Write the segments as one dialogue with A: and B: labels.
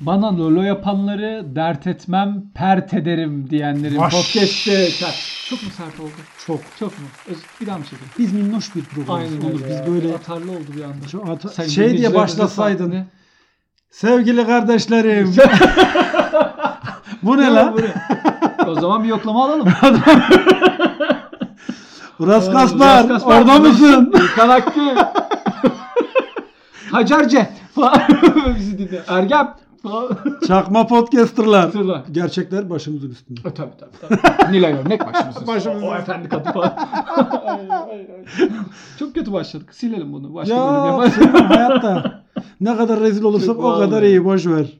A: Bana lolo yapanları dert etmem, pert ederim diyenlerin
B: Vaş.
A: podcast'te sert. Çok mu sert oldu?
B: Çok.
A: Çok mu? Öz- bir daha mı çekeyim?
B: Biz minnoş bir programız
A: Aynen
B: olur.
A: öyle ya.
B: Biz böyle
A: atarlı oldu bir anda.
B: şu ata-
A: Sen
B: şey diye
A: dinleyicilerimize
B: başlasaydın.
A: sattın.
B: Sevgili kardeşlerim. Bu ne lan?
A: Bu ne? o zaman bir yoklama alalım.
B: Uras
A: Biraz
B: Kaspar.
A: Kaspar,
B: Orada
A: buradan-
B: mısın?
A: İlkan Hakkı. Hacerce falan. Bizi dinle. Ergem falan.
B: Çakma podcasterlar.
A: Hatırla.
B: Gerçekler başımızın üstünde.
A: E, tabii tabii. tabii. Nilay Örnek başımızın.
B: Başımızın
A: O, o efendi kadın falan. Ay, ay, ay. Çok kötü başladık. Silelim bunu. Başka bölüm
B: Ya
A: yaparız.
B: senin hayatta ne kadar rezil olursak o
A: Vallahi.
B: kadar iyi boş ver.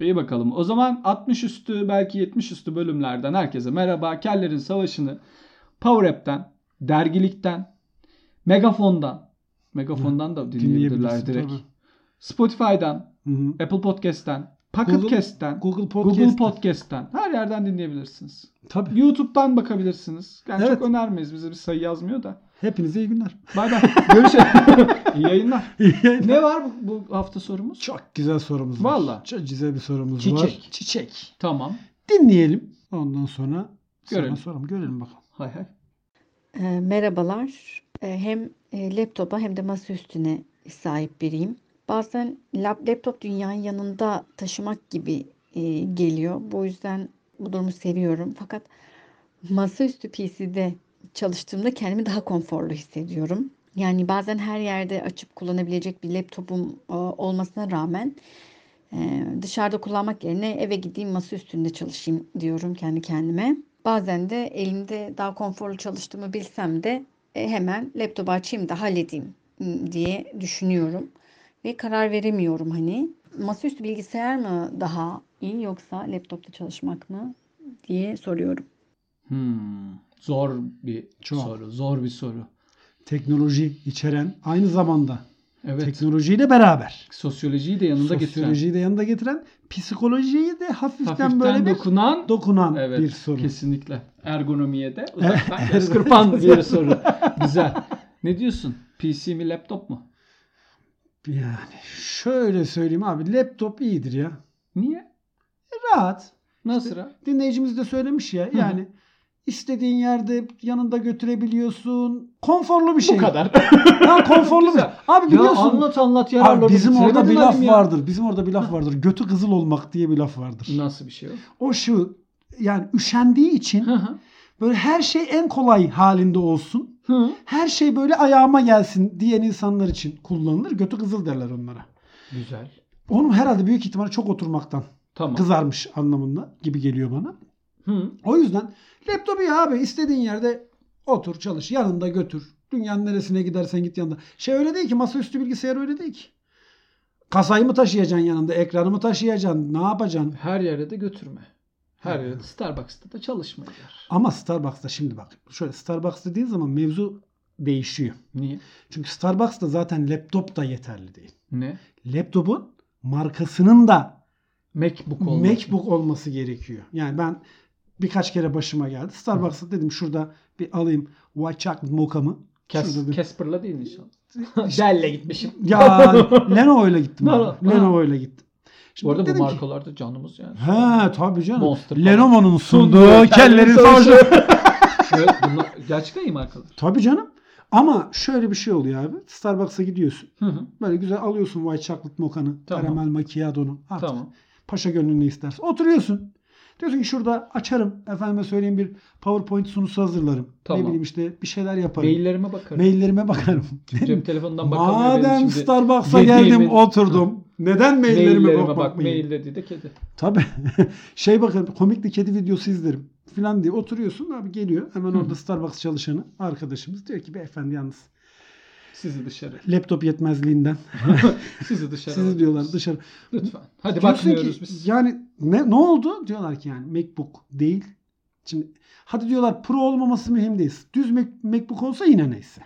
A: İyi bakalım. O zaman 60 üstü belki 70 üstü bölümlerden herkese merhaba. Kellerin Savaşı'nı Power App'ten, dergilikten, Megafon'dan, Megafon'dan da dinleyebilirler
B: Dinleyebilirsin
A: direkt.
B: tabii.
A: Spotify'dan,
B: Hı hı.
A: Apple Podcast'ten,
B: Google-
A: Pocket Cast'ten,
B: Google Podcast.
A: Google Podcast'ten her yerden dinleyebilirsiniz.
B: Tabii.
A: YouTube'dan bakabilirsiniz. Yani
B: Evet.
A: çok önermeyiz bize bir sayı yazmıyor da.
B: Hepinize iyi günler.
A: Bay bay. Görüşürüz. İyi yayınlar. Ne var bu, bu hafta sorumuz?
B: Çok güzel sorumuz var.
A: Vallahi.
B: Çok güzel bir sorumuz var.
A: Çiçek. Çiçek. Tamam.
B: Dinleyelim. Ondan sonra
A: Görelim.
B: sana soralım. Görelim bakalım.
A: Hay hay.
C: E, Merhabalar. E, Hem e, laptopa hem de masa üstüne sahip biriyim. Bazen lap- laptop dünyanın yanında taşımak gibi e, geliyor. Bu yüzden bu durumu seviyorum. Fakat masaüstü PC'de çalıştığımda kendimi daha konforlu hissediyorum. Yani bazen her yerde açıp kullanabilecek bir laptopum e, olmasına rağmen ee, dışarıda kullanmak yerine eve gideyim masa üstünde çalışayım diyorum kendi kendime. Bazen de elimde daha konforlu çalıştığımı bilsem de e, hemen laptopu açayım da halledeyim m, diye düşünüyorum. Ve karar veremiyorum hani. Masaüstü bilgisayar mı daha iyi yoksa laptopta çalışmak mı diye soruyorum.
A: Hmm, zor bir
B: Çok.
A: soru. Zor bir soru.
B: Teknoloji içeren aynı zamanda
A: Evet.
B: teknolojiyle beraber
A: sosyolojiyi de yanında getiren.
B: sosyolojiyi de yanında getiren psikolojiyi de hafiften,
A: Hafiften
B: böyle bir
A: dokunan
B: dokunan
A: evet,
B: bir soru.
A: Kesinlikle. Ergonomiye de uzaktan kırpan bir soru. Güzel. Ne diyorsun? PC mi laptop mu?
B: Yani şöyle söyleyeyim abi laptop iyidir ya.
A: Niye?
B: Rahat.
A: Nasıl? ra-
B: Dinleyicimiz de söylemiş ya
A: hı.
B: yani istediğin yerde yanında götürebiliyorsun. Konforlu bir şey.
A: Bu kadar.
B: Ha, konforlu bir şey.
A: Güzel.
B: Abi
A: ya
B: biliyorsun.
A: anlat anlat yararlarını
B: Abi bizim orada
A: bitiremedim
B: bir laf
A: ya.
B: vardır. Bizim orada bir laf vardır. Götü kızıl olmak diye bir laf vardır.
A: Nasıl bir şey o?
B: O şu yani üşendiği için
A: Hı hı.
B: böyle her şey en kolay halinde olsun.
A: Hı.
B: Her şey böyle ayağıma gelsin diyen insanlar için kullanılır. Götü kızıl derler onlara.
A: Güzel.
B: Onun herhalde büyük ihtimalle çok oturmaktan
A: Tamam.
B: kızarmış anlamında gibi geliyor bana.
A: Hı.
B: O yüzden laptopu ya abi istediğin yerde otur çalış yanında götür. Dünyanın neresine gidersen git yanında. Şey öyle değil ki masaüstü bilgisayar öyle değil ki. Kasayı mı taşıyacaksın yanında, ekranı mı taşıyacaksın, ne yapacaksın?
A: Her yere de götürme. Her
B: Hı.
A: yere de Starbucks'ta da çalışma diyor.
B: Ama Starbucks'ta şimdi bak şöyle Starbucks dediğin zaman mevzu değişiyor.
A: Niye?
B: Çünkü Starbucks'ta zaten laptop da yeterli değil.
A: Ne?
B: Laptopun markasının da
A: Macbook olmak.
B: MacBook olması gerekiyor. Yani ben birkaç kere başıma geldi. Starbucks'ta dedim şurada bir alayım white chocolate mocha'mı. Şurada
A: Kes,
B: bir-
A: Casper'la değil inşallah. Dell'le gitmişim.
B: Ya Lenovo'yla gittim.
A: Lenovo,
B: abi. Lenovo'yla gittim.
A: Bu arada bu
B: dedim ki,
A: markalarda canımız yani.
B: He tabii canım.
A: Monster falan.
B: Lenovo'nun
A: Sunduğu
B: sunduğu kellerin
A: kellerin
B: savaşı.
A: evet, bunlar gerçekten iyi markalar.
B: tabii canım. Ama şöyle bir şey oluyor abi. Starbucks'a gidiyorsun.
A: Hı hı.
B: Böyle güzel alıyorsun white chocolate mocha'nı.
A: Tamam.
B: Karamel macchiato'nu. Artık
A: Tamam.
B: paşa gönlün ne isterse. Oturuyorsun. Diyorsun ki şurada açarım. Efendime söyleyeyim bir PowerPoint sunusu hazırlarım.
A: Tamam.
B: Ne bileyim işte bir şeyler yaparım.
A: Maillerime bakarım.
B: Maillerime bakarım.
A: Cep telefonundan bakamıyor benim
B: Madem
A: şimdi.
B: Starbucks'a
A: Yediğimin-
B: geldim oturdum. Neden maillerime,
A: Maillerime
B: bakmak
A: bak.
B: mıyım?
A: Mail dediği de kedi.
B: Tabii. şey bakarım komikli kedi videosu izlerim filan diye oturuyorsun abi geliyor hemen
A: Hı.
B: orada Starbucks çalışanı arkadaşımız diyor ki beyefendi yalnız
A: Sizi dışarı.
B: laptop yetmezliğinden
A: Sizi dışarı.
B: sizi diyorlar dışarı.
A: Lütfen. Hadi
B: Diyorsun
A: bakmıyoruz
B: ki,
A: biz.
B: Yani ne, ne oldu? Diyorlar ki yani MacBook değil. Şimdi hadi diyorlar pro olmaması mühim değil. Düz Mac, MacBook olsa yine neyse.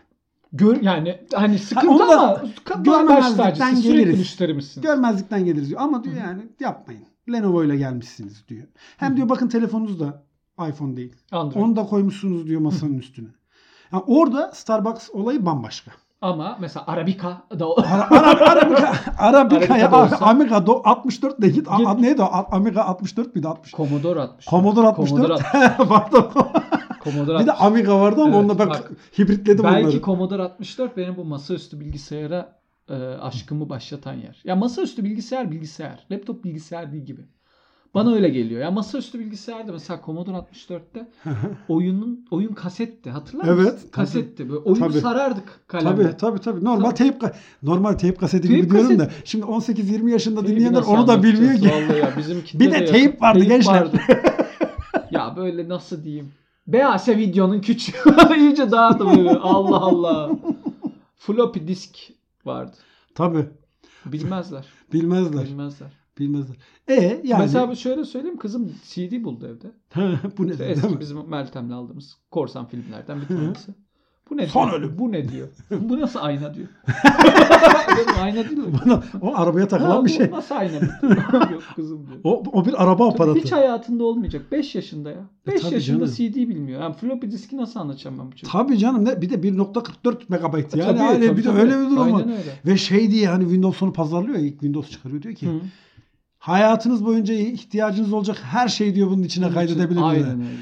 A: Gör, yani hani sıkıntı
B: onu da
A: ama
B: görmemezlikten
A: görmemezlikten geliriz. Sürekli
B: geliriz.
A: müşterimizsin.
B: Görmezlikten geliriz diyor. Ama diyor
A: Hı hı.
B: yani yapmayın. Lenovo ile gelmişsiniz diyor. Hem
A: Hı.
B: diyor bakın telefonunuz da iPhone değil.
A: Android.
B: Onu da koymuşsunuz diyor masanın üstüne. Yani orada Starbucks olayı bambaşka.
A: Ama mesela Arabika da o.
B: Ara, ara, Arabika, Arabika'ya
A: Arabika'da olsa.
B: Amiga do- 64 de git. A-
A: Git.
B: a- neydi o? A- Amiga 64 müydü? 60.
A: Commodore 64.
B: Commodore 64. Pardon.
A: Commodore
B: bir de
A: 64.
B: Amiga vardı ama
A: Evet,
B: onunla ben
A: bak.
B: hibritledim
A: Belki
B: onları.
A: Commodore 64 benim bu masaüstü bilgisayara e, aşkımı başlatan yer. Ya masaüstü bilgisayar bilgisayar. Laptop bilgisayar değil gibi. Bana öyle geliyor. Ya masaüstü bilgisayarda mesela Commodore 64'te oyunun oyun kasetti. Hatırlar
B: Evet,
A: mısın?
B: tabii.
A: Kasetti. Böyle oyunu
B: Tabii.
A: sarardık kalemle.
B: Tabii tabii tabii. Normal teyp ka- normal teyp kaseti
A: Teyp
B: gibi diyorum
A: kaset.
B: da şimdi 18-20 yaşında
A: Teybi
B: dinleyenler
A: nasıl
B: onu da
A: anlatacağız?
B: bilmiyor ki.
A: Vallahi ya bizimkinde
B: Bir de
A: yok.
B: teyp vardı gençler.
A: ya böyle nasıl diyeyim. BAS videonun küçüğü. İyice dağıldı böyle. Allah Allah. Floppy disk vardı.
B: Tabii.
A: Bilmezler.
B: Bilmezler.
A: Bilmezler.
B: Bilmezler. E yani
A: Mesela şöyle söyleyeyim kızım CD buldu evde.
B: bu ne
A: İşte
B: değil mi?
A: eski bizim Meltem'le aldığımız korsan filmlerden bir tanesi. Bu ne
B: Son
A: diyor?
B: ölüm.
A: Bu ne diyor? Bu nasıl ayna diyor. Dedim, ayna değil mi?
B: Bana- o arabaya
A: Ha,
B: takılan
A: bu
B: bir şey.
A: nasıl ayna? Yok kızım diyor.
B: O, o bir araba
A: Tabii
B: aparatı.
A: Hiç hayatında olmayacak. 5 yaşında ya.
B: E
A: 5
B: tabii
A: yaşında
B: canım.
A: CD bilmiyor. Yani floppy diski nasıl anlatacağım ben bu çocuğa?
B: Tabii canım ne bir de 1.44 megabayt yani
A: E, Tabii,
B: öyle
A: tabii,
B: bir de
A: tabii.
B: öyle bir durum var.
A: Aynen öyle.
B: Ve şey diye hani Windows onu pazarlıyor ya ilk Windows çıkarıyor diyor ki hayatınız boyunca ihtiyacınız olacak her şeyi diyor bunun içine
A: Bunun için- Aynen
B: kaydedebilirsiniz.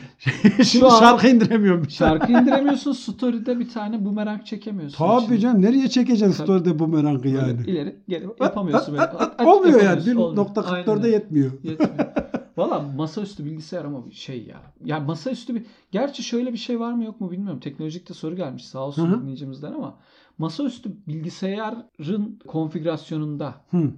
A: öyle.
B: Şimdi
A: Şu an-
B: şarkı indiremiyorum.
A: Şarkı indiremiyorsun. Story'de bir tane bumerang çekemiyorsun.
B: Tabii
A: içine.
B: canım nereye çekeceksin
A: Tabii.
B: story'de bu merangı
A: Böyle
B: yani.
A: İleri geri
B: At-
A: yapamıyorsun.
B: at-
A: böyle.
B: at-
A: At-
B: at-
A: at-
B: olmuyor yani
A: yapamıyorsun. Olmuyor.
B: 1.44'e
A: Aynen.
B: yetmiyor.
A: Yetmiyor. Valla masaüstü bilgisayar ama bir şey ya. Ya masaüstü bir... Gerçi şöyle bir şey var mı yok mu bilmiyorum. Teknolojikte soru gelmiş sağ olsun
B: Hı hı.
A: dinleyicimizden ama masaüstü bilgisayarın konfigürasyonunda
B: Hı,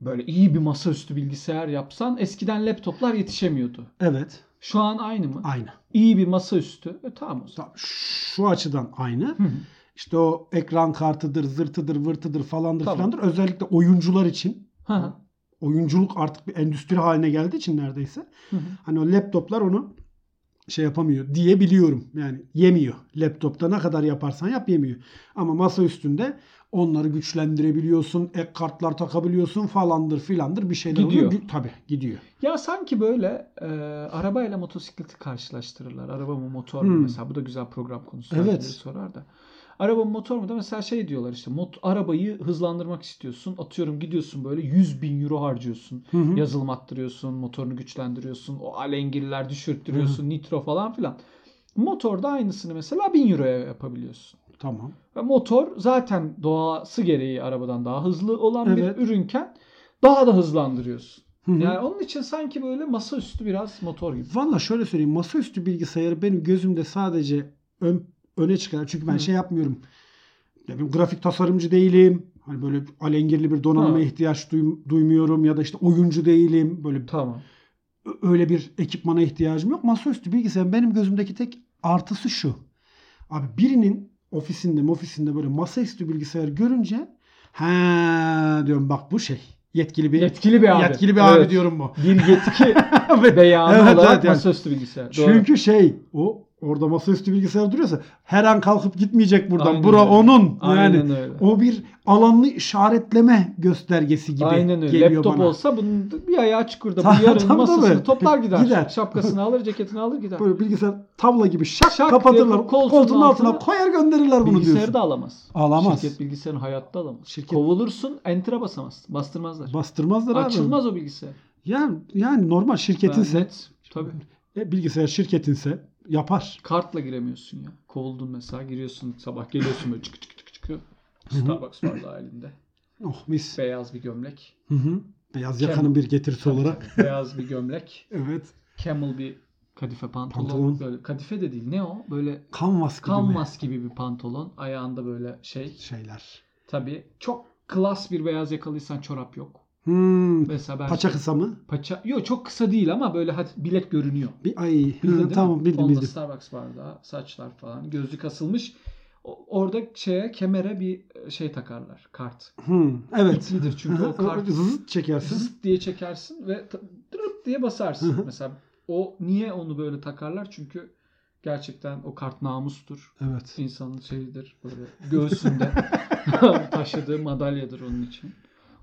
A: böyle iyi bir masaüstü bilgisayar yapsan eskiden laptoplar yetişemiyordu.
B: evet
A: Şu an aynı mı?
B: aynı.
A: İyi bir masaüstü. E, tamam o zaman.
B: Tamam, Şu açıdan aynı.
A: Hı hı.
B: İşte o ekran kartıdır, zırtıdır, vırtıdır falandır
A: Tamam.
B: filandır. Özellikle oyuncular için.
A: Hı hı.
B: Oyunculuk artık bir endüstri haline geldiği için neredeyse.
A: Hı hı.
B: Hani o laptoplar onu şey yapamıyor diye biliyorum. Yani yemiyor. Laptopta ne kadar yaparsan yap yemiyor. Ama masa üstünde onları güçlendirebiliyorsun. Ek kartlar takabiliyorsun falandır filandır bir şeyler
A: Gidiyor.
B: oluyor. Gü- Tabii gidiyor.
A: Ya sanki böyle e, arabayla motosikleti karşılaştırırlar. Araba mı motor mu
B: Hmm.
A: mesela. Bu da güzel program konusu.
B: Evet.
A: Birileri sorar da. Araba mı motor mu da mesela şey diyorlar işte mot arabayı hızlandırmak istiyorsun. Atıyorum gidiyorsun böyle 100 bin euro harcıyorsun.
B: Hı hı.
A: Yazılım attırıyorsun. Motorunu güçlendiriyorsun. O alengirler düşürttürüyorsun. Nitro falan filan. Motorda aynısını mesela 1000 euroya yapabiliyorsun.
B: Tamam.
A: Ve motor zaten doğası gereği arabadan daha hızlı olan
B: Evet.
A: bir ürünken daha da hızlandırıyorsun.
B: Hı hı.
A: Yani onun için sanki böyle masaüstü biraz motor gibi.
B: Valla şöyle söyleyeyim. Masaüstü bilgisayarı benim gözümde sadece ön, öne çıkar. Çünkü ben
A: Hı.
B: şey yapmıyorum. Ya ben grafik tasarımcı değilim. Hani böyle alengirli bir donanıma
A: Ha.
B: ihtiyaç duym- duymuyorum ya da işte oyuncu değilim. Böyle
A: Tamam.
B: ö- öyle bir ekipmana ihtiyacım yok. Masaüstü bilgisayarın benim gözümdeki tek artısı şu. Abi birinin ofisinde, ofisinde böyle masaüstü bilgisayar görünce ha diyorum bak bu şey yetkili bir
A: Yetkili bir abi.
B: yetkili bir abi
A: Evet.
B: diyorum bu.
A: Bir yetki beyanı
B: Evet,
A: olarak
B: evet yani.
A: masaüstü bilgisayar. Doğru.
B: Çünkü şey o orada masaüstü bilgisayar duruyorsa her an kalkıp gitmeyecek buradan.
A: Aynen
B: Bura
A: öyle.
B: onun.
A: Aynen
B: yani
A: öyle.
B: o bir alanlı işaretleme göstergesi gibi
A: Aynen öyle.
B: geliyor
A: Laptop
B: bana.
A: olsa bunun bir ayağı çukurda.
B: Ta-
A: Bu yarın
B: tabii,
A: masasını
B: tabii.
A: toplar gider.
B: Gider.
A: Şapkasını alır, ceketini alır gider.
B: Böyle bilgisayar tabla gibi şak,
A: Şak
B: kapatırlar.
A: diye
B: koltuğun,
A: koltuğun
B: altına,
A: altına
B: koyar gönderirler bunu
A: Bilgisayarı
B: diyorsun.
A: da alamaz.
B: Alamaz.
A: Şirket bilgisayarını hayatta alamaz.
B: Şirket-
A: Kovulursun, enter'a basamaz. Bastırmazlar.
B: Bastırmazlar abi.
A: Açılmaz o bilgisayar.
B: Yani, yani normal şirketinse
A: Net. Tabii.
B: e, bilgisayar şirketinse yapar.
A: Kartla giremiyorsun ya. Kovuldun mesela giriyorsun sabah geliyorsun böyle çık çık çık çıkıyor.
B: hı.
A: Starbucks bardağı elinde.
B: Oh mis.
A: Beyaz bir gömlek.
B: Hı hı. Beyaz
A: Kemal.
B: yakanın bir getirisi
A: Tabii,
B: Şey olarak.
A: tabii. Beyaz bir gömlek.
B: Evet.
A: Camel bir kadife pantolon.
B: Pantolon.
A: Böyle kadife de değil. Ne o? Böyle
B: Kanvas gibi mi?
A: kanvas gibi bir pantolon. Ayağında böyle şey.
B: şeyler.
A: Tabii çok klas bir beyaz yakalıysan çorap yok.
B: Hmm.
A: Mesela ben
B: Paça kısa mı?
A: paça yok çok kısa değil ama böyle hadi bilek görünüyor.
B: Bir ay.
A: Bildin
B: Hı,
A: değil mi?
B: tamam bildim
A: Onda
B: bildim.
A: Starbucks bardağı, saçlar falan, gözlük asılmış. O- Orada şeye kemere bir şey takarlar. Kart.
B: Hı, evet.
A: İplidir çünkü o kart.
B: Zızıt çekersin.
A: Zıt diye çekersin ve t- dırıp diye
B: Hı hı.
A: basarsın. Mesela o niye onu böyle takarlar? Çünkü gerçekten o kart namustur.
B: Evet.
A: İnsanın şeyidir böyle göğsünde taşıdığı madalyadır onun için.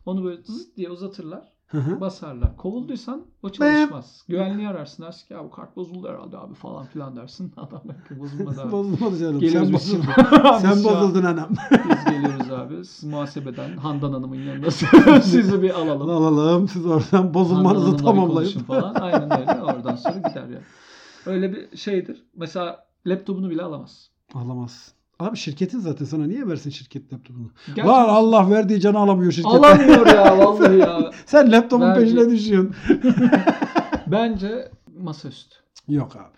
A: Onu böyle zıt diye uzatırlar.
B: Hı hı.
A: Basarlar. Kovulduysan o çalışmaz. Güvenliği ararsın. Dersin ki ya bu kart bozuldu herhalde abi falan filan dersin. Adam der ki bozulmadı abi.
B: Bozulmadı canım.
A: Geliyoruz
B: Sen
A: biz
B: bozuldun.
A: şimdi.
B: Sen
A: Biz şu an-
B: bozuldun anam.
A: Biz geliyoruz abi. Siz muhasebeden Handan Hanım'ın yanında sizi bir alalım.
B: Alalım siz oradan
A: Handan
B: bozulmanızı
A: Hanım'la bir
B: tamamlayın.
A: konuşun Falan. Aynen öyle. Oradan sonra gider ya. Öyle bir şeydir. Mesela laptopunu bile alamaz.
B: Alamazsın. Abi şirketin zaten sana niye versin şirket laptopunu?
A: Gerçi-
B: Var Allah verdiği canı alamıyor şirket.
A: Alamıyor ya vallahi ya.
B: Sen laptopun
A: Verdi.
B: peşine düşüyorsun.
A: Bence masaüstü.
B: Yok abi.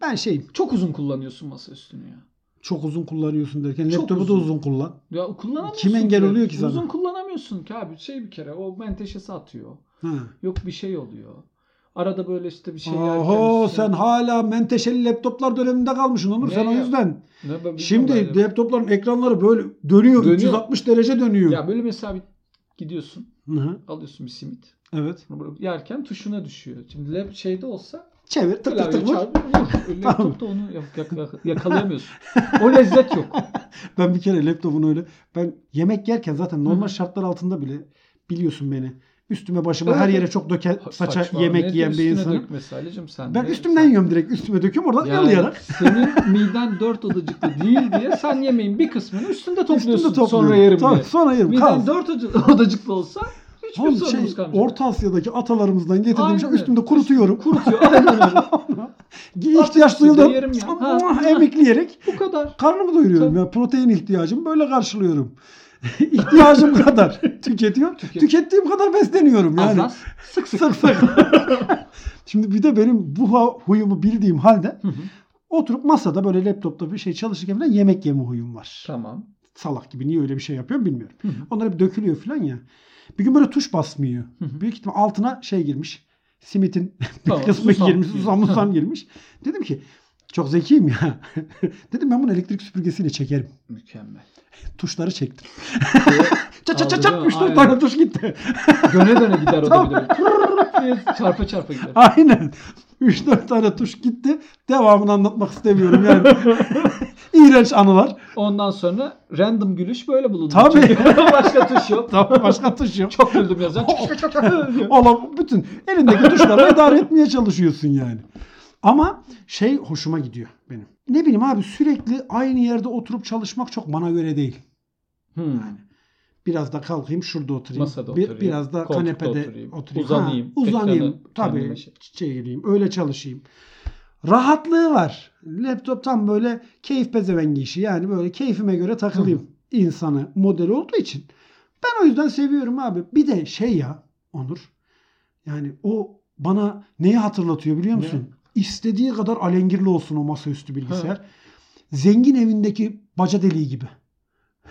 B: Ben şeyim
A: Çok uzun kullanıyorsun masaüstünü ya.
B: çok uzun kullanıyorsun derken
A: Çok
B: laptopu da
A: uzun.
B: uzun kullan.
A: Ya kullanamıyorsun.
B: Kim engel
A: ki.
B: oluyor ki sana?
A: Uzun kullanamıyorsun ki abi. Şey bir kere o menteşesi atıyor.
B: Ha.
A: Yok bir şey oluyor. Arada böyle işte bir şey
B: Oho
A: yerken-
B: sen hala menteşeli laptoplar döneminde kalmışsın Onur
A: Ne
B: sen o
A: ya?
B: yüzden.
A: Ne bileyim
B: Şimdi
A: ben de-
B: laptopların ekranları böyle
A: Dönüyor.
B: dönüyor. 360 derece dönüyor.
A: Ya böyle mesela bir gidiyorsun.
B: Hı hı,
A: Alıyorsun bir simit.
B: Evet.
A: Bunu böyle yerken tuşuna düşüyor. Şimdi lap şeyde olsa
B: Çevir tık tık
A: klavye
B: tık vur.
A: çarp- vur. Laptopta onu yak- yak- yak- yakalayamıyorsun. O lezzet yok.
B: Ben bir kere laptopun öyle. Ben yemek yerken zaten normal
A: Hı.
B: şartlar altında bile biliyorsun beni. Üstüme başıma
A: Evet.
B: her yere çok döker saça
A: Saçma.
B: yemek
A: Ne
B: yiyen bir
A: üstüne
B: insanım.
A: dökmesi Ali'cim sen
B: Ben
A: de-
B: üstümden
A: sen-
B: yiyorum direkt. Üstüme döküyorum oradan
A: Yani
B: yalayarak.
A: senin miden dört odacıklı değil diye sen yemeğin bir kısmını üstünde topluyorsun
B: Üstümde topluyorum.
A: sonra yerim
B: Tamam,
A: diye.
B: Sonra yerim.
A: Miden
B: Kalsın.
A: dört oda- odacıklı olsa hiçbir
B: Oğlum
A: sorunumuz
B: şey,
A: kalmayacak.
B: Orta Asya'daki atalarımızdan
A: Aynen
B: getirdiğim şey
A: öyle.
B: üstümde kurutuyorum.
A: kurutuyor. Aynen öyle.
B: Gi- İhtiyaç
A: üstünde
B: duyulduğum
A: yerim ya. Ha, ha.
B: emekleyerek
A: Bu kadar.
B: karnımı doyuruyorum. Ya. Protein ihtiyacımı böyle karşılıyorum. İhtiyacım kadar tüketiyorum.
A: Tüket.
B: Tükettiğim kadar besleniyorum.
A: Az
B: Yani
A: az. Sık sık.
B: Sık sık. Şimdi bir de benim bu ha- huyumu bildiğim halde
A: Hı hı.
B: oturup masada böyle laptopta bir şey çalışırken falan yemek yeme huyum var.
A: tamam.
B: Salak gibi niye öyle bir şey yapıyorum bilmiyorum.
A: Hı hı.
B: Onlar hep dökülüyor falan ya. Bir gün böyle tuş basmıyor.
A: Hı hı.
B: Büyük ihtimal altına şey girmiş. Simitin
A: Tamam,
B: kısmı
A: susam.
B: girmiş. Susam musam girmiş. Dedim ki çok zekiyim ya. Dedim ben bunu elektrik süpürgesiyle çekerim.
A: Mükemmel.
B: Tuşları çektim. Çat çat
A: Aldın değil
B: çat çat
A: mi?
B: 3
A: Aynen.
B: tane tuş gitti.
A: Döne döne gider o da bir
B: Tamam.
A: de. Tırrrr diye Çarpa çarpa gider.
B: Aynen. 3-4 tane tuş gitti. Devamını anlatmak istemiyorum yani. İğrenç anılar.
A: Ondan sonra random gülüş böyle bulundu.
B: Tabii.
A: Çünkü başka tuş yok.
B: Tamam başka tuş yok.
A: Çok güldüm yazan. Çok çok çok çok diyor.
B: Oğlum bütün elindeki tuşları idare etmeye çalışıyorsun yani. Ama şey hoşuma gidiyor benim. Ne bileyim abi sürekli aynı yerde oturup çalışmak çok bana göre değil.
A: Hmm.
B: Biraz da kalkayım şurada oturayım.
A: Masada
B: Bir-
A: oturayım,
B: Biraz da
A: koltukta
B: kanepede
A: oturayım,
B: oturayım.
A: uzanayım,
B: Ha, uzanayım.
A: ekranı kendime
B: Tabii
A: şey-
B: çiçeğileyim. Öyle çalışayım. Rahatlığı var. Laptop tam böyle keyif pezevengi işi. Yani böyle keyfime göre takılayım. insanı modeli olduğu için. Ben o yüzden seviyorum abi. Bir de şey ya Onur. Yani o bana neyi hatırlatıyor biliyor
A: Ne?
B: musun? İstediği kadar alengirli olsun o masaüstü bilgisayar. Zengin evindeki baca deliği gibi.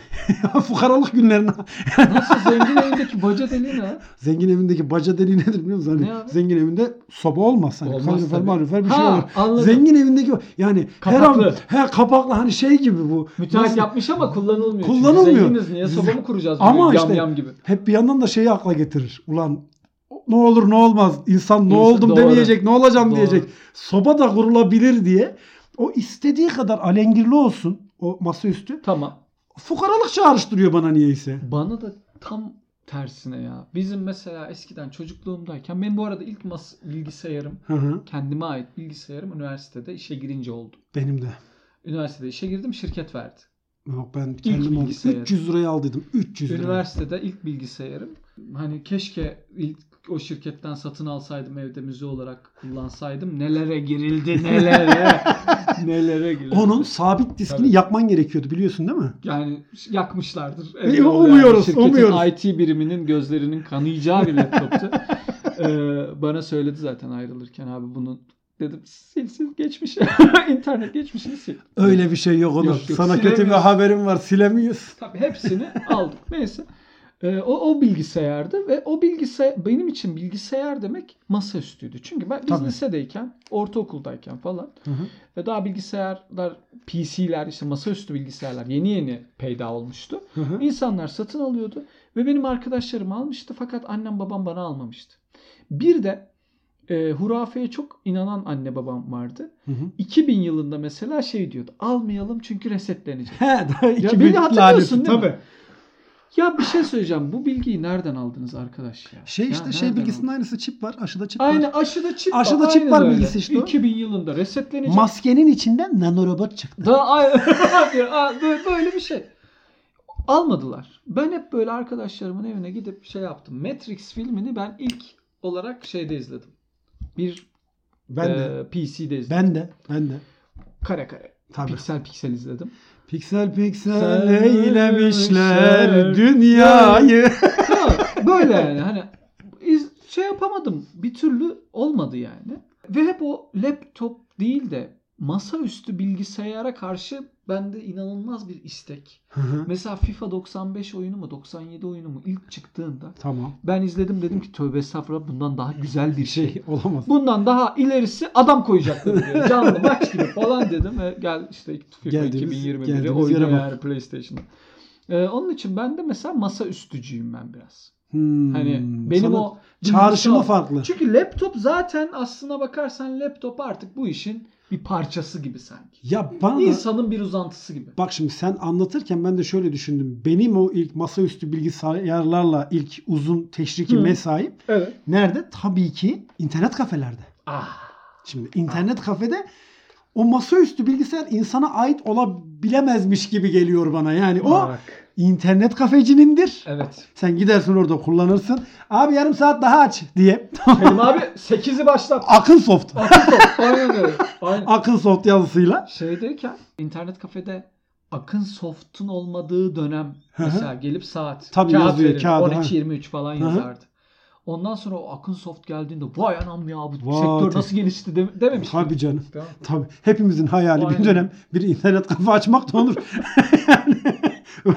B: Fukaralık günlerine
A: Nasıl zengin evindeki baca deliği ne?
B: Zengin evindeki baca deliği nedir biliyor musun? Hani
A: Ne abi?
B: zengin evinde soba olmaz. Hani
A: Olmaz
B: kalorifer
A: tabii.
B: malorifer bir şey
A: Ha,
B: olur.
A: anladım.
B: Zengin evindeki yani
A: Kapaklı.
B: her an he, kapaklı hani şey gibi bu.
A: Müteahhit
B: Nasıl-
A: yapmış ama kullanılmıyor. Çünkü
B: Kullanılmıyor.
A: Zenginiz niye sobamı kuracağız?
B: Ama
A: Ama
B: işte-
A: Yam yam gibi.
B: Hep bir yandan da şeyi akla getirir. Ulan ne olur ne olmaz. İnsan ne
A: İnsan-
B: oldum
A: Doğru.
B: demeyecek. Ne olacağım
A: Doğru.
B: diyecek. Soba da kurulabilir diye. O istediği kadar alengirli olsun o masaüstü.
A: Tamam.
B: Fukaralık çağrıştırıyor bana niyeyse.
A: Bana da tam tersine ya. Bizim mesela eskiden çocukluğumdayken benim bu arada ilk mas bilgisayarım
B: Hı hı.
A: kendime ait bilgisayarım üniversitede işe girince oldu.
B: Benim de.
A: Üniversitede işe girdim şirket verdi.
B: Yok ben kendim aldım.
A: bilgisayar.
B: 300 liraya aldıydım. 300 liraya.
A: Üniversitede ilk bilgisayarım. Hani keşke ilk o şirketten satın alsaydım evde müze olarak kullansaydım. Nelere girildi nelere. nelere girildi.
B: Onun sabit diskini
A: Tabii.
B: yakman gerekiyordu biliyorsun değil mi?
A: yani yakmışlardır.
B: E,
A: Emin ol
B: umuyoruz,
A: Şirketin
B: umuyoruz.
A: IT biriminin gözlerinin kanayacağı bir laptoptu. Ee, bana söyledi zaten ayrılırken abi bunu dedim sil sil geçmiş. İnternet geçmişini sil.
B: Öyle bir şey yok olur.
A: Yok, yok,
B: Sana kötü bir
A: silemiyoruz.
B: haberim var. Silemiyoruz.
A: Tabii hepsini aldık. Neyse. Ee, o, o bilgisayardı ve o bilgisayar benim için bilgisayar demek masaüstüydü. Çünkü ben biz
B: Tabii.
A: lisedeyken, ortaokuldayken falan
B: Hı hı.
A: ve daha bilgisayarlar, PC'ler işte masaüstü bilgisayarlar yeni yeni peyda olmuştu.
B: Hı hı.
A: İnsanlar satın alıyordu ve benim arkadaşlarım almıştı fakat annem babam bana almamıştı. Bir de e, hurafeye çok inanan anne babam vardı.
B: Hı hı.
A: 2000 yılında mesela şey diyordu. Almayalım çünkü resetlenecek.
B: He, daha iki
A: beni
B: bin
A: hatırlıyorsun
B: laneti.
A: değil mi?
B: Tabii.
A: Ya bir şey söyleyeceğim. Bu bilgiyi nereden aldınız arkadaş ya?
B: Şey
A: Ya
B: işte şey
A: nereden
B: bilgisinin
A: aldınız?
B: aynısı çip var. Aşıda çip
A: Aynen
B: var.
A: aşıda çip
B: Aşıda
A: var.
B: çip
A: aynen
B: var
A: öyle.
B: bilgisi işte o.
A: 2000 yılında resetlenecek.
B: Maskenin içinden nanorobot çıktı.
A: Daha aynı. böyle bir şey. Almadılar. Ben hep böyle arkadaşlarımın evine gidip şey yaptım. Matrix filmini ben ilk olarak şeyde izledim. Bir
B: ben de.
A: e, PC'de izledim.
B: Ee, Ben de. Ben de.
A: Kare kare.
B: Tabii.
A: Piksel piksel izledim.
B: Piksel
A: Sen
B: piksel eylemişler
A: eylemişler
B: dünyayı.
A: Tamam, böyle yani hani iz- şey yapamadım. Bir türlü olmadı yani. Ve hep o laptop değil de masaüstü bilgisayara karşı bende inanılmaz bir istek. Mesela FIFA 95 oyunu mu 97 oyunu mu ilk çıktığında
B: tamam.
A: ben izledim dedim ki tövbe estağfurullah bundan daha güzel bir şey.
B: Şey olamaz.
A: Bundan daha ilerisi adam koyacaklar diyor. Canlı maç gibi falan dedim. E, gel işte FIFA
B: Geldiğimiz-
A: 2021'i
B: geldiğimiz
A: oyna
B: yere bak.
A: yani PlayStation'da. E, onun için ben de mesela masa üstücüyüm ben biraz.
B: Hmm,
A: Hani benim
B: sana
A: o
B: çağrışımı
A: duygusal-
B: farklı.
A: Çünkü laptop zaten aslına bakarsan laptop artık bu işin bir parçası gibi sanki.
B: Ya bana
A: İnsanın bir uzantısı gibi.
B: bak şimdi sen anlatırken ben de şöyle düşündüm. Benim o ilk masaüstü bilgisayarlarla ilk uzun teşriki
A: Hı.
B: mesaim
A: Evet.
B: nerede? Tabii ki internet kafelerde.
A: Ah.
B: Şimdi internet kafede o masaüstü bilgisayar insana ait olabilemezmiş gibi geliyor bana. Yani o
A: Bak.
B: internet kafecinindir.
A: Evet.
B: Sen gidersin orada kullanırsın. Abi yarım saat daha aç diye.
A: Selim abi 8'i başlat.
B: Akın soft.
A: Aynen öyle. Aynen.
B: Akın soft yazısıyla.
A: Şeydeyken internet kafede Akın Soft'un olmadığı dönem
B: Hı hı.
A: mesela gelip saat
B: Tabii
A: kağıt
B: yazıyor,
A: verirdi.
B: kağıda,
A: 12-23 falan
B: Hı hı.
A: yazardı. Ondan sonra o Akın Soft geldiğinde vay anam ya bu
B: Vay,
A: sektör
B: te-
A: nasıl gelişti de, dememiş.
B: Tabii canım.
A: Tamam.
B: Tabii. Hepimizin hayali
A: Aynen.
B: bir dönem bir internet kafa açmak da olur. yani,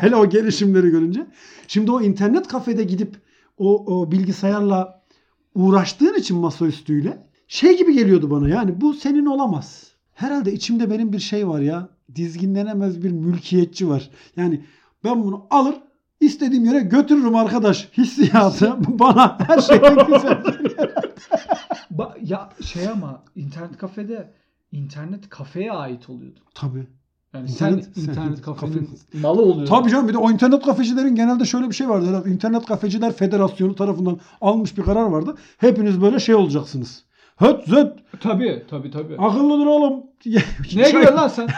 B: öyle o gelişimleri görünce. Şimdi o internet kafede gidip o, o bilgisayarla uğraştığın için masaüstüyle şey gibi geliyordu bana yani bu senin olamaz. Herhalde içimde benim bir şey var ya dizginlenemez bir mülkiyetçi var. Yani ben bunu alır istediğim yere götürürüm arkadaş hissiyatı bana her şeyden güzel.
A: Ba- ya şey ama internet kafede internet kafeye ait oluyordu.
B: Tabii.
A: Yani
B: İnternet-
A: sen internet
B: sen-
A: kafenin
B: kafe-
A: malı oluyordun.
B: Tabii canım bir de o internet kafecilerin genelde şöyle bir şey vardı. herhalde. İnternet kafeciler federasyonu tarafından almış bir karar vardı. Hepiniz böyle şey olacaksınız. Höt zöt
A: Tabii tabii tabii.
B: akıllıdır oğlum.
A: Neye gülüyorsun lan sen?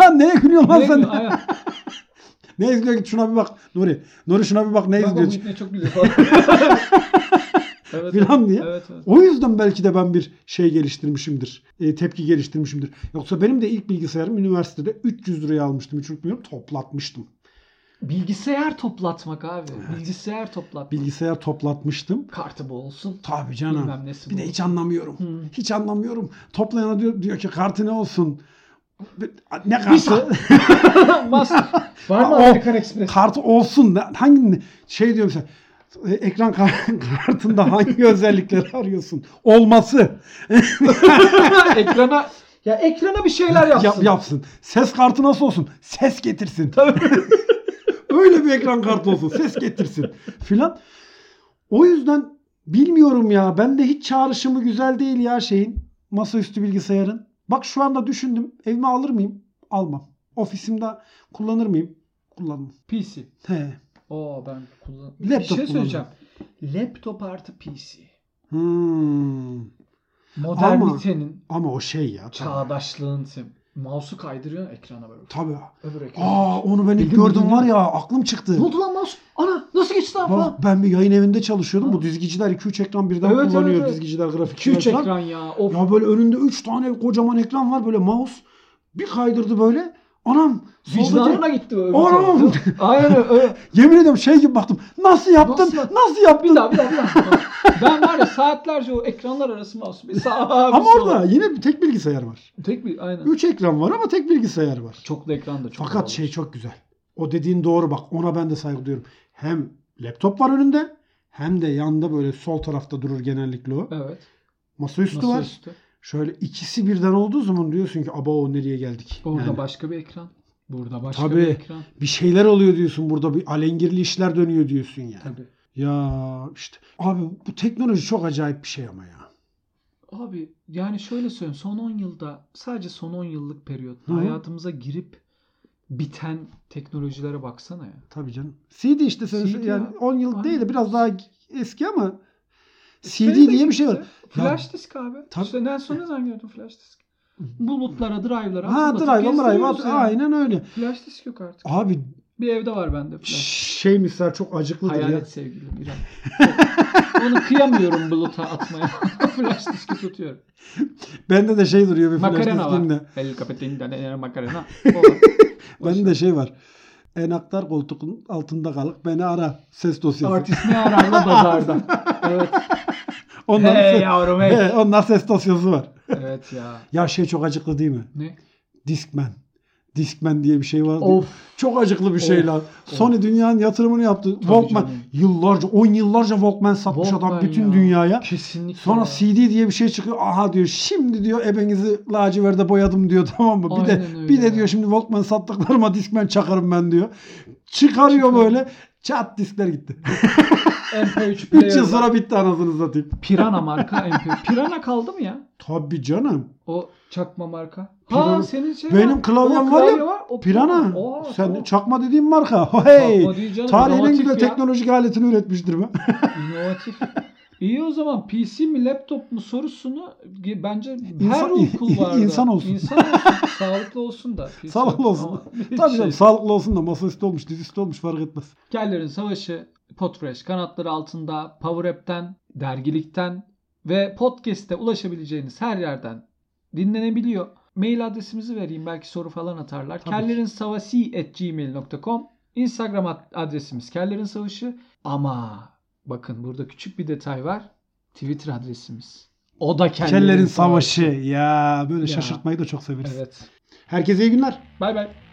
B: Ya neye gülüyorsun lan
A: Neye
B: şey- sen?
A: gülüyorsun? Aynen.
B: Ne izliyor git şuna bir bak Nuri. Nuri şuna bir bak ne
A: Bak o
B: izliyor
A: Whitney çok gülüyor falan. Evet,
B: filan diye.
A: Evet, evet.
B: O yüzden belki de ben bir şey geliştirmişimdir. E, tepki geliştirmişimdir. Yoksa benim de ilk bilgisayarım üniversitede 300 liraya almıştım. 300 milyon toplatmıştım.
A: Bilgisayar toplatmak abi. Bilgisayar toplatmak.
B: Bilgisayar toplatmıştım.
A: Kartı bu olsun.
B: Tabii canım.
A: Bilmem nesi
B: Bir
A: bu.
B: de hiç anlamıyorum.
A: Hı.
B: Hiç anlamıyorum. Toplayana diyor, diyor ki kartı ne olsun? Ne kartı?
A: Mas- Var mı
B: O-
A: Amerikan Express?
B: kartı olsun. Ne- Hangi şey diyor mesela e, ekran kar- kartında hangi özellikleri arıyorsun? Olması
A: ekrana ya ekrana bir şeyler yapsın.
B: yapsın. yapsın. Ses kartı nasıl olsun? Ses getirsin.
A: Tabii.
B: Öyle bir ekran kartı olsun. Ses getirsin filan. O yüzden bilmiyorum ya. Ben de hiç çağrışımı güzel değil ya şeyin. Masaüstü bilgisayarın. Bak şu anda düşündüm. Evime alır mıyım? Almam. Ofisimde kullanır mıyım? Kullanmam.
A: PC.
B: He.
A: Oo ben kullan. bir
B: Laptop
A: şey söyleyeceğim. Laptop artı PC.
B: Hmm.
A: Modernitenin,
B: Ama o şey ya. Tabii.
A: çağdaşlığın tim. Mouse'u kaydırıyorsun ekrana böyle.
B: Tabii.
A: Öbür ekrana.
B: Aa onu ben ilk
A: Bildim,
B: gördüm
A: bildim.
B: var ya aklım çıktı.
A: Ne oldu lan mouse? Ana nasıl geçti lan falan.
B: Bak, ben bir yayın evinde çalışıyordum.
A: Ha.
B: Bu dizgiciler 2-3 ekran birden
A: Evet, evet,
B: kullanıyor.
A: evet.
B: Dizgiciler grafikçiler
A: 2-3
B: falan.
A: ekran ya. Of.
B: Ya böyle önünde 3 tane kocaman ekran var böyle mouse. Bir kaydırdı böyle. Anam solda
A: Vicdanına gitti böyle.
B: Oğlum!
A: Aynen öyle.
B: yemin ediyorum şey gibi baktım. Nasıl yaptın?
A: Nasıl
B: Nasıl,
A: yap-
B: yaptın?
A: Bir daha bir daha bir daha. ben var ya saatlerce o ekranlar arası mouse. Bir sağa bir
B: Ama
A: sola.
B: orada yine bir tek bilgisayar var.
A: Tek bir aynen.
B: 3 ekran var ama tek bilgisayar var.
A: Çoklu ekran da çok
B: Fakat şey çok güzel. O dediğin doğru bak. Ona ben de saygı duyuyorum. Hem laptop var önünde hem de yanda böyle sol tarafta durur genellikle o.
A: Evet.
B: Masaüstü
A: Nasıl
B: var.
A: üstü?
B: Şöyle ikisi birden olduğu zaman diyorsun ki abo nereye geldik?
A: Orada
B: Yani
A: başka bir ekran. Burada başka
B: Tabii.
A: bir ekran.
B: bir şeyler oluyor diyorsun burada bir alengirli işler dönüyor diyorsun yani.
A: Tabii.
B: Ya işte abi bu teknoloji çok acayip bir şey ama ya.
A: Abi yani şöyle söyleyeyim. Son 10 yılda sadece son 10 yıllık periyot
B: Hı hı.
A: hayatımıza girip biten teknolojilere baksana ya.
B: Tabii canım. CD işte sen
A: CD
B: yani
A: ya.
B: 10 yıl
A: Aynen.
B: değil de biraz daha eski ama CD
A: Üstelik de
B: diye bir şey var.
A: güzel. Flash disk abi.
B: Tabii.
A: İşte en son ne zaman gördün flash disk? Bulutlara, drive'lara.
B: Ha
A: atıp
B: drive, drive,
A: gezdiriyoruz
B: at-
A: yani.
B: aynen öyle.
A: Flash disk yok artık.
B: Abi
A: Bir evde var bende flash.
B: şey misal çok acıklıdır ya.
A: Hayalet sevgilim İrem. Onu kıyamıyorum buluta atmaya. flash diski tutuyorum.
B: Bende de şey duruyor bir flash
A: Makarena
B: diskimde.
A: var. El Capitan'dan en makarena.
B: Bende de şey var. Enaktar koltuğun altında kalık beni ara ses dosyası.
A: Artist ne ararlı bazarda. Evet.
B: Onların,
A: Hey
B: ses,
A: yavrum hey.
B: He, onlar ses dosyası var.
A: Evet ya.
B: Ya şey çok acıklı değil mi?
A: Ne?
B: Discman. Discman diye bir şey vardı.
A: Of.
B: Çok acıklı bir şey
A: Of,
B: lan. Sony dünyanın yatırımını yaptı. Walkman.
A: canım.
B: Yıllarca, 10 yıllarca Walkman satmış
A: Walkman
B: adam bütün
A: ya.
B: dünyaya.
A: Kesinlikle.
B: Sonra
A: ya.
B: CD diye bir şey çıkıyor. Aha diyor şimdi diyor ebenizi laciverde boyadım diyor tamam mı? Bir de
A: Aynen öyle
B: bir de
A: ya.
B: diyor şimdi Walkman sattıklarıma Discman çakarım ben diyor. Çıkarıyor
A: Çıkar.
B: böyle. Çat diskler gitti.
A: MP3
B: 3 yıl
A: player.
B: sonra bitti anasını satayım.
A: Pirana marka MP3. Pirana kaldı mı ya?
B: Tabii canım.
A: O çakma marka.
B: Pirana-
A: Ha senin şey
B: Benim
A: var.
B: klavyem
A: O
B: var ya,
A: klavye O
B: Pirana.
A: Oo,
B: Sen
A: tamam.
B: çakma dediğin marka. Hey.
A: Çakma değil canım,
B: Tarihin en
A: inovatif
B: güzel
A: ya.
B: teknolojik aletini üretmiştir be.
A: İnovatif. İyi o zaman PC mi laptop mu sorusunu ge- bence her
B: İnsan-
A: okullarda
B: insan olsun.
A: İnsan olsun. sağlıklı olsun da. PC.
B: Sağlıklı olsun.
A: Ama-
B: Tabii
A: Şey,
B: canım sağlıklı olsun da masaüstü olmuş, dizüstü olmuş fark etmez.
A: Kellerin Savaşı, Podfresh kanatları altında, Power App'ten, dergilikten ve podcast'te ulaşabileceğiniz her yerden dinlenebiliyor. Mail adresimizi vereyim belki soru falan atarlar.
B: Tabii ki.
A: kellerinsavaşı@gmail.com. Instagram ad- adresimiz Kellerin Savaşı ama bakın burada küçük bir detay var. Twitter adresimiz. O da Kellerin,
B: Kellerin
A: Savaşı.
B: savaşı. Ya böyle
A: Ya.
B: şaşırtmayı da çok severiz.
A: Evet.
B: Herkese iyi günler.
A: Bay bay.